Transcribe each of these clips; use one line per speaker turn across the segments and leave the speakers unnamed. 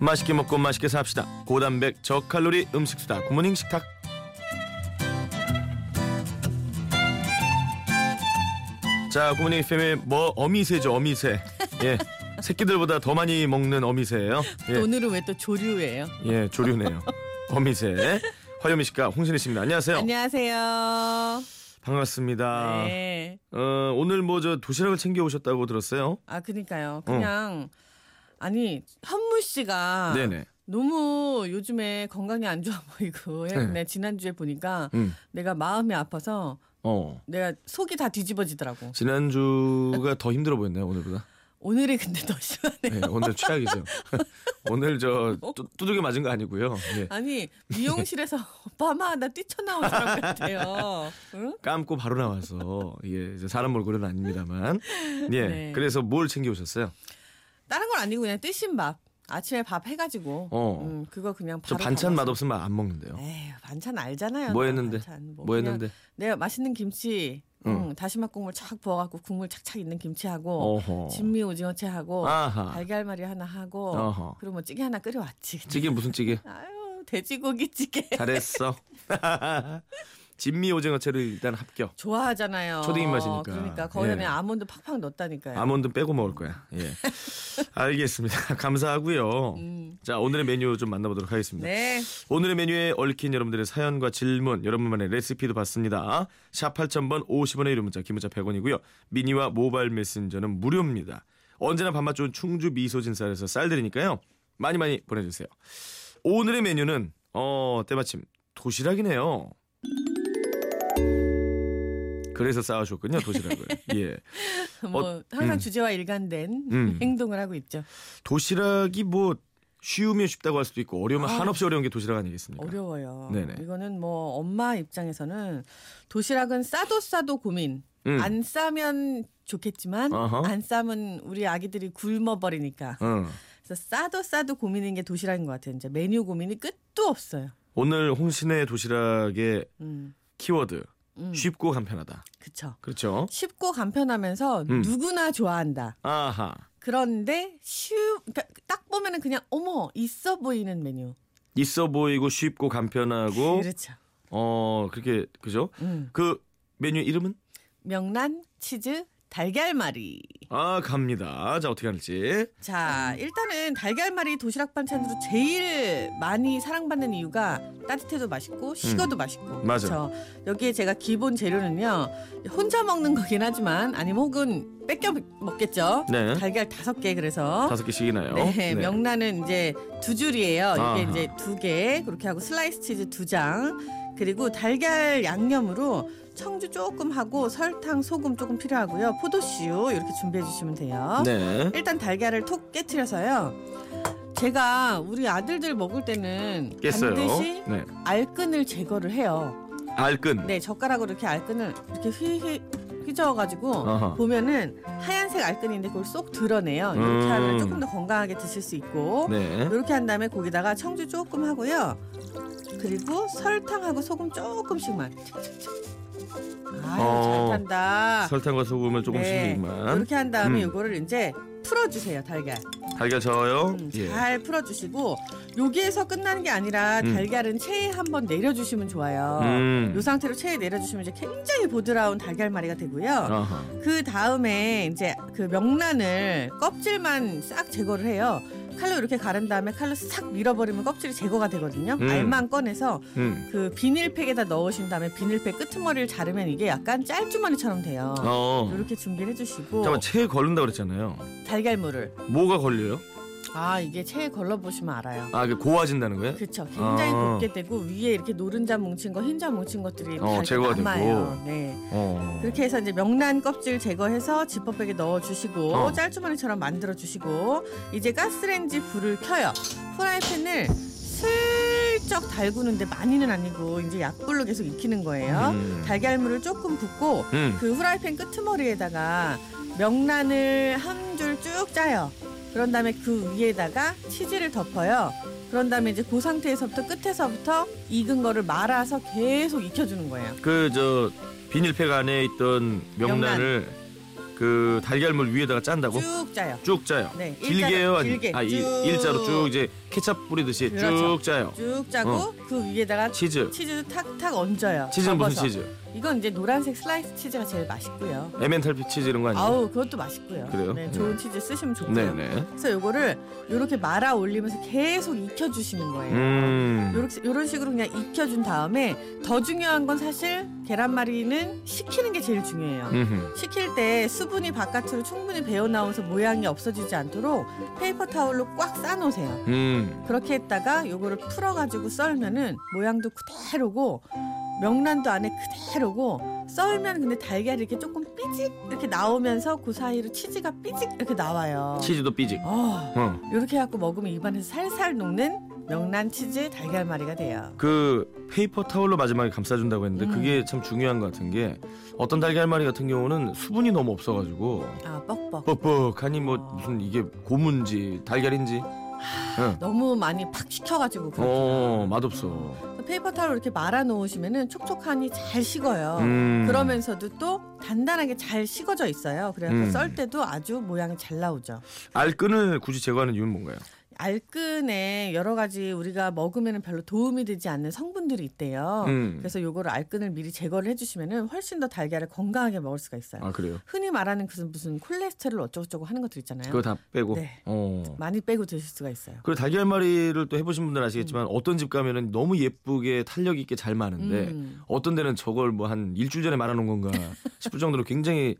맛있게 먹고 맛있게 삽시다. 고단백 저칼로리 음식 수다 굿모닝 식탁. 자, 굿모닝 FM의 뭐 어미새죠, 어미새. 예. 새끼들보다 더 많이 먹는 어미새예요. 예.
오늘은 왜 또 조류예요?
예, 조류네요. 어미새. 화요미 씨가 홍신혜 씨입니다. 안녕하세요.
안녕하세요.
반갑습니다.
네.
어, 오늘 뭐 저 도시락을 챙겨 오셨다고 들었어요.
아 그러니까요. 그냥 아니 현무 씨가
네네.
너무 요즘에 건강이 안 좋아 보이고 해.
네.
네, 지난주에 보니까
음.
내가 마음이 아파서
어.
내가 속이 다 뒤집어지더라고.
지난주가 더 힘들어 보였네요, 오늘보다.
오늘이 근데 더 심하네.
네, 오늘 최악이죠. 오늘 저 뚜- 두들겨 맞은 거 아니고요. 예.
아니 미용실에서 파마 하다 뛰쳐나온 사람 같아요. 응?
감고 바로 나와서 예, 이제 사람 얼굴은 아닙니다만. 예.
네.
그래서 뭘 챙겨 오셨어요?
다른 건 아니고 그냥 뜨신 밥. 아침에 밥 해가지고.
어.
음, 그거 그냥
저
바로
반찬
담아서. 네,
맛없으면 안 먹는데요.
에휴 반찬 알잖아요.
어? 뭐 했는데?
반찬.
뭐
그냥
했는데?
내가 맛있는 김치, 음, 다시마 국물 착 부어갖고 국물 착착 있는 김치하고
어허.
뭐 진미 뭐 오징어채 하고
아하.
달걀말이 하나 하고
어허.
그리고 뭐 찌개 하나 끓여왔지.
찌개 무슨 찌개?
아유 돼지고기 찌개.
잘했어. 진미 오징어채를 일단 합격.
좋아하잖아요.
초딩 입맛이니까.
그러니까 거기 안에
예.
아몬드 팍팍 넣었다니까요.
아몬드 빼고 먹을 거야. 예. 알겠습니다. 감사하고요.
음.
자, 오늘의 메뉴 좀 만나보도록 하겠습니다.
네.
오늘의 메뉴에 얽힌 여러분들의 사연과 질문, 여러분만의 레시피도 받습니다. 샵 8000번 50원의 이름 문자, 기문자 100원이고요. 미니와 모바일 메신저는 무료입니다. 언제나 밥맛 좋은 충주 미소진 쌀에서 쌀 드리니까요. 많이 많이 보내주세요. 오늘의 메뉴는 어 때마침 도시락이네요. 그래서 쌓아주셨군요 도시락을. 예,
뭐
어,
항상
음.
주제와 일관된
음.
행동을 하고 있죠.
도시락이 뭐 쉬우면 쉽다고 할 수도 있고 어려우면
아.
한없이 어려운 게 도시락 아니겠습니까?
어려워요.
그러니까. 네네.
이거는 뭐 엄마 입장에서는 도시락은 싸도 싸도 고민.
음.
안 싸면 좋겠지만
어허.
안 싸면 우리 아기들이 굶어버리니까.
응.
그래서 싸도 싸도 고민인 게 도시락인 것 같아요. 이제 메뉴 고민이 끝도 없어요.
오늘 홍신의 도시락의
음,
키워드
음,
쉽고 간편하다.
그쵸.
그렇죠.
쉽고 간편하면서
음.
누구나 좋아한다.
아하.
그런데 쉬, 그러니까 딱 보면은 그냥 어머 있어 보이는 메뉴.
있어 보이고 쉽고 간편하고
그렇죠.
어 그렇게 그죠?
음.
그 메뉴 이름은
명란 치즈 달걀말이.
아 갑니다. 자 어떻게 할지. 음.
자, 일단은 달걀말이 도시락 반찬으로 제일 많이 사랑받는 이유가 따뜻해도 맛있고 식어도 맛있고.
음. 맞아.
그쵸? 여기에 제가 기본 재료는요. 혼자 먹는 거긴 하지만 아니면 혹은 뺏겨 먹겠죠.
네.
달걀 다섯 개 그래서
다섯 개씩이나요?
네, 명란은 이제 두 줄이에요. 이게
아하.
이제 두 개, 그렇게 하고 슬라이스 치즈 두 장, 그리고 달걀 양념으로 청주 조금 하고 설탕, 소금 조금 필요하고요. 포도씨유 이렇게 준비해 주시면 돼요.
네.
일단 달걀을 톡 깨트려서요. 제가 우리 아들들 먹을 때는
깼어요.
반드시
네.
알끈을 제거를 해요.
알끈.
네, 젓가락으로 이렇게 알끈을 이렇게 휘휘 휘저어가지고
아하.
보면은 하얀색 알끈인데 그걸 쏙 드러내요. 이렇게
음.
하면 조금 더 건강하게 드실 수 있고
네.
이렇게 한 다음에 거기다가 청주 조금 하고요. 그리고 설탕하고 소금 조금씩만. 아유
어.
잘 탄다.
설탕과 소금을 조금씩
아. 네.
넣으면
이렇게 한 다음에
음.
이거를 이제 풀어주세요 달걀.
달걀 저어요.
음,
예.
잘 풀어주시고 여기에서 끝나는 게 아니라
음.
달걀은 체에 한번 내려주시면 좋아요.
음.
이 상태로 체에 내려주시면 이제 굉장히 보드라운 달걀말이가 되고요.
아하.
그 다음에 이제 그 명란을 껍질만 싹 제거를 해요. 칼로 이렇게 가른 다음에 칼로 싹 밀어버리면 껍질이 제거가 되거든요.
음.
알만 꺼내서
음.
그 비닐팩에다 넣으신 다음에 비닐팩 끄트머리를 자르면 이게 약간 짤주머니처럼 돼요.
어.
이렇게 준비를 해주시고
잠깐 체에 걸른다 그랬잖아요.
달걀물을
뭐가 걸려요?
아 이게 체에 걸러보시면 알아요.
아, 그 고와진다는 거예요?
그렇죠. 굉장히
아.
곱게 되고 위에 이렇게 노른자 뭉친 거, 흰자 뭉친 것들이
어,
잘
제거가 되고.
남아요. 네.
어.
그렇게 해서 이제 명란 껍질 제거해서 지퍼백에 넣어주시고
어.
짤주머니처럼 만들어주시고 이제 가스레인지 불을 켜요. 프라이팬을 슬쩍 달구는데 많이는 아니고 이제 약불로 계속 익히는 거예요.
음.
달걀물을 조금 붓고
음.
그 후라이팬 끄트머리에다가 명란을 한 줄 쭉 짜요. 그런 다음에 그 위에다가 치즈를 덮어요. 그런 다음에 이제 그 상태에서부터 끝에서부터 익은 거를 말아서 계속 익혀주는 거예요.
그 저 비닐팩 안에 있던 명란을 그 달걀물 위에다가 짠다고
쭉 짜요.
쭉 짜요.
네,
길게요,
일자로,
아니
길게.
아, 이-
쭉.
일자로 쭉 이제 케첩 뿌리듯이
그렇죠.
쭉 짜요.
쭉 짜고
어.
그 위에다가
치즈.
치즈도 탁탁 얹어요.
치즈는
접어서.
무슨 치즈?
이건 이제 노란색 슬라이스 치즈가 제일 맛있고요.
에멘탈피 치즈 이런 거 아니에요?
아우 그것도 맛있고요.
그래요?
네,
네.
좋은 치즈 쓰시면 좋고요.
네네.
그래서 요거를 요렇게 말아 올리면서 계속 익혀 주시는 거예요.
음.
요렇게, 요런 식으로 그냥 익혀준 다음에 더 중요한 건 사실 계란말이는 식히는 게 제일 중요해요.
음흠.
식힐 때 수분이 바깥으로 충분히 배어 나와서 모양이 없어지지 않도록 페이퍼 타올로 꽉 싸놓으세요.
음.
그렇게 했다가 요거를 풀어가지고 썰면은 모양도 그대로고 명란도 안에 그대로고 썰면 근데 달걀이 이렇게 조금 삐직 이렇게 나오면서 그 사이로 치즈가 삐직 이렇게 나와요.
치즈도 삐직.
어,
어.
이렇게 해갖고 먹으면 입안에서 살살 녹는 명란 치즈 달걀말이가 돼요.
그 페이퍼 타올로 마지막에 감싸준다고 했는데
음.
그게 참 중요한 것 같은 게 어떤 달걀말이 같은 경우는 수분이 너무 없어가지고
아 뻑뻑.
뻑뻑하니 뭐 무슨 이게 고문지 달걀인지
너무 많이 팍 식혀가지고 그렇구나.
어 맛없어.
페이퍼 타로 이렇게 말아 놓으시면은 촉촉하니 잘 식어요.
음.
그러면서도 또 단단하게 잘 식어져 있어요. 그래서
음.
썰 때도 아주 모양이 잘 나오죠.
알끈을 굳이 제거하는 이유는 뭔가요?
알끈에 여러 가지 우리가 먹으면 별로 도움이 되지 않는 성분들이 있대요.
음.
그래서 요거를 알끈을 미리 제거를 해주시면은 훨씬 더 달걀을 건강하게 먹을 수가 있어요.
아 그래요.
흔히 말하는 무슨 무슨 콜레스테롤 어쩌고저쩌고 하는 것들 있잖아요.
그거 다 빼고.
네.
어.
많이 빼고 드실 수가 있어요.
그리고 달걀말이를 또 해보신 분들 은
음.
아시겠지만 어떤 집 가면은 너무 예쁘게 탄력 있게 잘 마는데
음.
어떤 데는 저걸 뭐 한 일주일 전에 말아놓은 건가 싶을 정도로 굉장히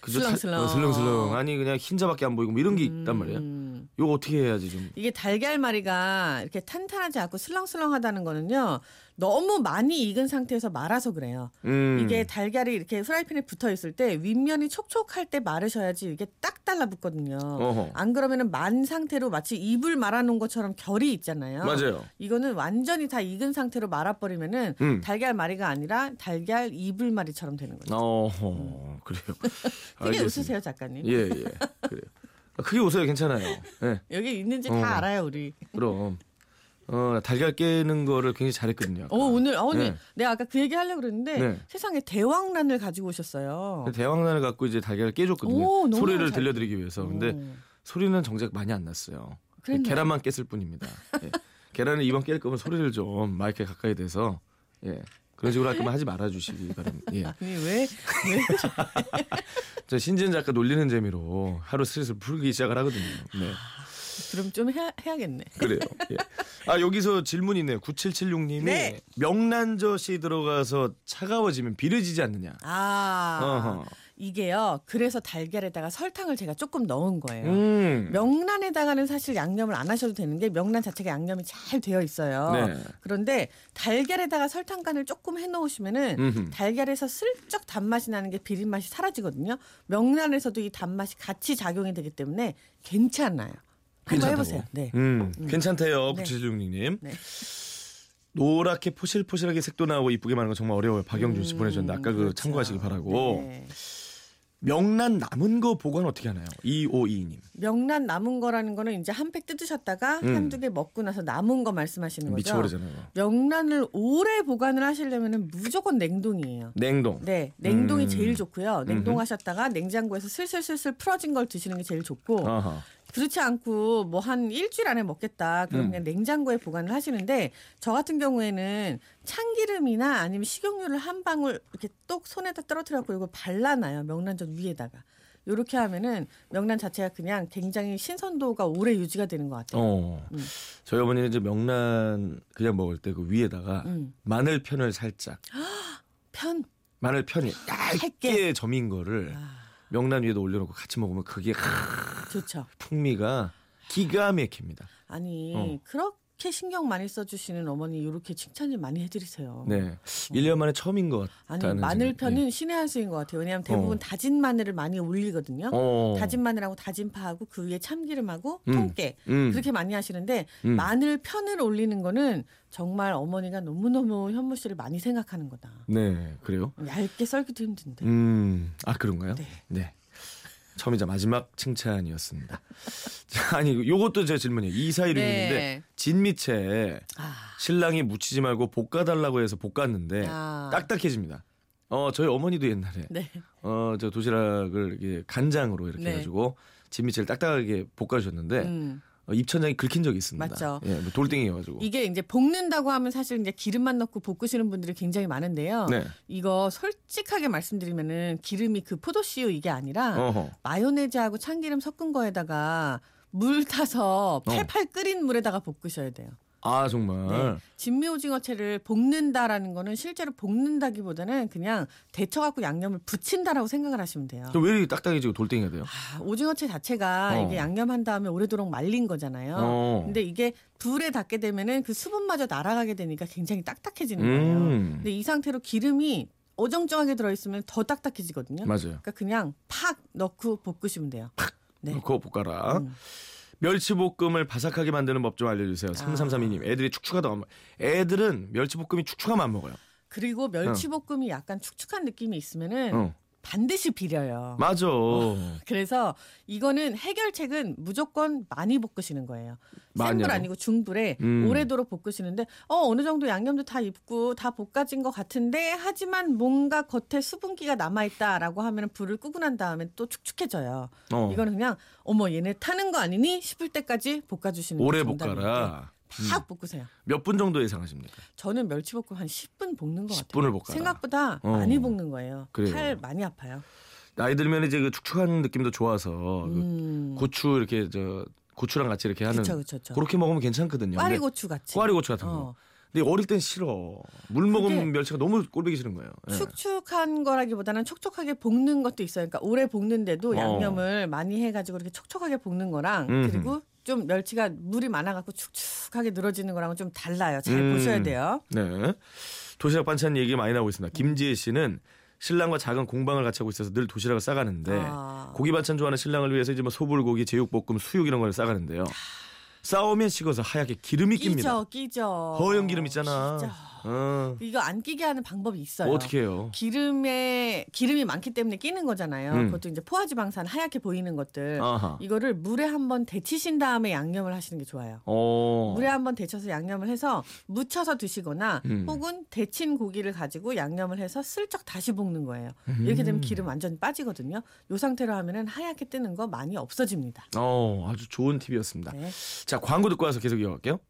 그저 타-
슬렁슬렁.
어, 슬렁슬렁 아니 그냥 흰자밖에 안 보이고 뭐 이런 게 있단 말이에요.
음.
이거 어떻게 해야지 좀.
이게 달걀말이가 이렇게 탄탄하지 않고 슬렁슬렁하다는 거는요. 너무 많이 익은 상태에서 말아서 그래요.
음.
이게 달걀이 이렇게 프라이팬에 붙어 있을 때 윗면이 촉촉할 때 말으셔야지 이게 딱 달라붙거든요.
어허.
안 그러면은 만 상태로 마치 이불 말아 놓은 것처럼 결이 있잖아요.
맞아요.
이거는 완전히 다 익은 상태로 말아 버리면은
음.
달걀말이가 아니라 달걀 이불말이처럼 되는 거죠.
어허. 그래요.
크게
알겠습니다.
웃으세요, 작가님.
예 예. 그래요. 아, 크게 웃어요 괜찮아요. 예.
여기 있는지
어.
다 알아요, 우리.
그럼. 어 달걀 깨는 거를 굉장히 잘했거든요. 아까.
어, 오늘 어, 오늘
네.
내가 아까 그 얘기 하려고 그랬는데
네.
세상에 대왕란을 가지고 오셨어요.
근데 대왕란을 갖고 이제 달걀을 깨줬거든요.
오, 너무
소리를
잘-
들려드리기 위해서. 근데
오,
소리는 정작 많이 안 났어요.
그랬나요?
계란만 깼을 뿐입니다. 예. 계란을 이번 깰 거면 소리를 좀 마이크에 가까이 대서 예. 그런 식으로 할 거면 하지 말아 주시기 바랍니다. 예.
아니 왜?
저 신진 작가 놀리는 재미로 하루 스트레스를 풀기 시작을 하거든요. 네.
그럼 좀 해야, 해야겠네.
그래요. 예. 아 여기서 질문이 있네요. 9776님이
네.
명란젓이 들어가서 차가워지면 비려지지 않느냐.
아
어허.
이게요. 그래서 달걀에다가 설탕을 제가 조금 넣은 거예요.
음.
네. 명란에다가는 사실 양념을 안 하셔도 되는 게 명란 자체가 양념이 잘 되어 있어요.
네.
그런데 달걀에다가 설탕 간을 조금 해놓으시면은
음흠.
달걀에서 슬쩍 단맛이 나는 게 비린맛이 사라지거든요. 명란에서도 이 단맛이 같이 작용이 되기 때문에 괜찮아요. 한번
괜찮다고.
해보세요. 네.
음, 괜찮대요,
네.
9776님.
네.
노랗게 포실포실하게 색도 나오고 이쁘게 마는 거 정말 어려워요. 박영준 씨
음,
보내주셨는데 아까 그
그렇죠.
참고하시길 바라고.
네.
명란 남은 거 보관 어떻게 하나요? 2522님.
명란 남은 거라는 거는 이제 한 팩 뜯으셨다가
음.
한두 개 먹고 나서 남은 거 말씀하시는 거죠.
미쳐버리잖아요.
명란을 오래 보관을 하시려면 무조건 냉동이에요.
냉동.
네, 냉동이
음.
제일 좋고요. 냉동하셨다가 냉장고에서 슬슬슬슬 풀어진 걸 드시는 게 제일 좋고
어허.
그렇지 않고 뭐 한 일주일 안에 먹겠다. 그럼
음.
그냥 냉장고에 보관을 하시는데 저 같은 경우에는 참기름이나 아니면 식용유를 한 방울 이렇게 똑 손에다 떨어뜨려갖고 이걸 발라놔요. 명란젓 위에다가. 요렇게 하면은 명란 자체가 그냥 굉장히 신선도가 오래 유지가 되는 것 같아요.
어.
음.
저희 어머니는 이제 명란 그냥 먹을 때 그 위에다가
음.
마늘 편을 살짝
편.
마늘 편이 얇게 점인 거를
아,
명란 위에다 올려놓고 같이 먹으면 그게
좋죠.
풍미가 기가 막힙니다.
아니
어.
그렇게 신경 많이 써주시는 어머니 요렇게 칭찬 좀 많이 해드리세요.
네, 1년 만에 처음인 것
어.
같다는
아니
생각이- 예.
마늘편은 신의 한 수인 것 같아요. 왜냐하면 대부분
어.
다진 마늘을 많이 올리거든요.
어.
다진 마늘하고 다진 파하고 그 위에 참기름하고
음.
통깨
음.
그렇게 많이 하시는데
음.
마늘 편을 올리는 거는 정말 어머니가 너무너무 현무 씨를 많이 생각하는 거다.
네, 그래요.
얇게 썰기도 힘든데.
음, 아 그런가요?
네.
처음이자 마지막 칭찬이었습니다. 자, 아니 요것도 제 질문이에요. 이사이름인데
네.
진미채
아,
신랑이 묻히지 말고 볶아달라고 해서 볶았는데
아.
딱딱해집니다. 어 저희 어머니도 옛날에
네.
어 저 도시락을 이렇게 간장으로 이렇게
네.
해가지고 진미채를 딱딱하게 볶아주셨는데
음.
어, 입천장이 긁힌 적이 있습니다.
맞죠.
예, 뭐 돌덩이여가지고.
이게 이제 볶는다고 하면 사실 이제 기름만 넣고 볶으시는 분들이 굉장히 많은데요.
네.
이거 솔직하게 말씀드리면은 기름이 그 포도씨유 이게 아니라
어허.
마요네즈하고 참기름 섞은 거에다가 물
어.
타서 팔팔 끓인 물에다가 볶으셔야 돼요.
아 정말.
진미 오징어채를 볶는다라는 거는 실제로 볶는다기보다는 그냥 데쳐갖고 양념을 붙인다라고 생각을 하시면 돼요.
그럼 왜 이렇게 딱딱해지고 돌덩이가 돼요?
아, 오징어채 자체가
어.
이게 양념한 다음에 오래도록 말린 거잖아요.
어.
근데 이게 불에 닿게 되면은 그 수분마저 날아가게 되니까 굉장히 딱딱해지는 거예요.
음.
근데 이 상태로 기름이 어정쩡하게 들어있으면 더 딱딱해지거든요.
맞아요.
그러니까 그냥 팍 넣고 볶으시면 돼요. 네.
그거 볶아라.
음.
멸치볶음을 바삭하게 만드는 법 좀
아.
알려주세요. 3332님. 애들이 축축하다. 안 먹- 애들은 멸치볶음이 축축하면 안 먹어요.
그리고 멸치볶음이 약간 축축한 느낌이 있으면은
어.
반드시 비려요.
맞아.
어.
어.
그래서 이거는 해결책은 무조건 많이 볶으시는 거예요.
많이요?
센불 아니고 중불에
음.
오래도록 볶으시는데 어 어느 정도 양념도 다 입고 다 볶아진 것 같은데 하지만 뭔가 겉에 수분기가 남아 있다라고 하면 불을 끄고 난 다음에 또 축축해져요.
어.
이거는 그냥 어머 얘네 타는 거 아니니 싶을 때까지 볶아주시는
오래
게 정답인데 네,
볶아라. 음.
팍 볶으세요.
몇 분 정도 예상하십니까?
저는 멸치볶음 한 10분 볶는 것
10분을
같아요.
볶아라.
생각보다
어.
많이 볶는 거예요.
그래요.
팔 많이 아파요.
나이 들면 이제 그 축축한 느낌도 좋아서 그
음.
고추 이렇게 저 고추랑 같이 이렇게 하는
그쵸 그쵸 그쵸.
그렇게 먹으면 괜찮거든요. 근데
꽈리고추 같이.
꽈리고추 같은 거.
어.
근데 어릴 땐 싫어. 물
그게-
먹으면 멸치가 너무 꼴보기 싫은 거예요. 예.
축축한 거라기보다는 촉촉하게 볶는 것도 있어요. 그러니까 오래 볶는데도
어.
양념을 많이 해가지고 이렇게 촉촉하게 볶는 거랑
음흠.
그리고 좀 멸치가 물이 많아갖고 축축하게 늘어지는 거랑은 좀 달라요. 잘
음.
보셔야 돼요.
네. 도시락 반찬 얘기 많이 나오고 있습니다. 김지혜 씨는 신랑과 작은 공방을 같이 하고 있어서 늘 도시락을 싸가는데
아.
고기 반찬 좋아하는 신랑을 위해서 이제 뭐 소불고기, 제육볶음, 수육 이런 걸
아.
싸가는데요. 싸우면 식어서 하얗게 기름이 낍니다.
끼죠, 끼죠.
허연 기름 있잖아.
진짜.
어.
이거 안 끼게 하는 방법이 있어요.
어떻게 해요?
기름에 기름이 많기 때문에 끼는 거잖아요.
음.
그것도 이제 포화지방산 하얗게 보이는 것들.
아하.
이거를 물에 한번 데치신 다음에 양념을 하시는 게 좋아요.
어.
물에 한번 데쳐서 양념을 해서 무쳐서 드시거나
음.
혹은 데친 고기를 가지고 양념을 해서 슬쩍 다시 볶는 거예요. 이렇게
음.
되면 기름 완전히 빠지거든요. 요 상태로 하면은 하얗게 뜨는 거 많이 없어집니다.
어, 아주 좋은 팁이었습니다.
네.
자, 광고 듣고 와서 계속 이어갈게요.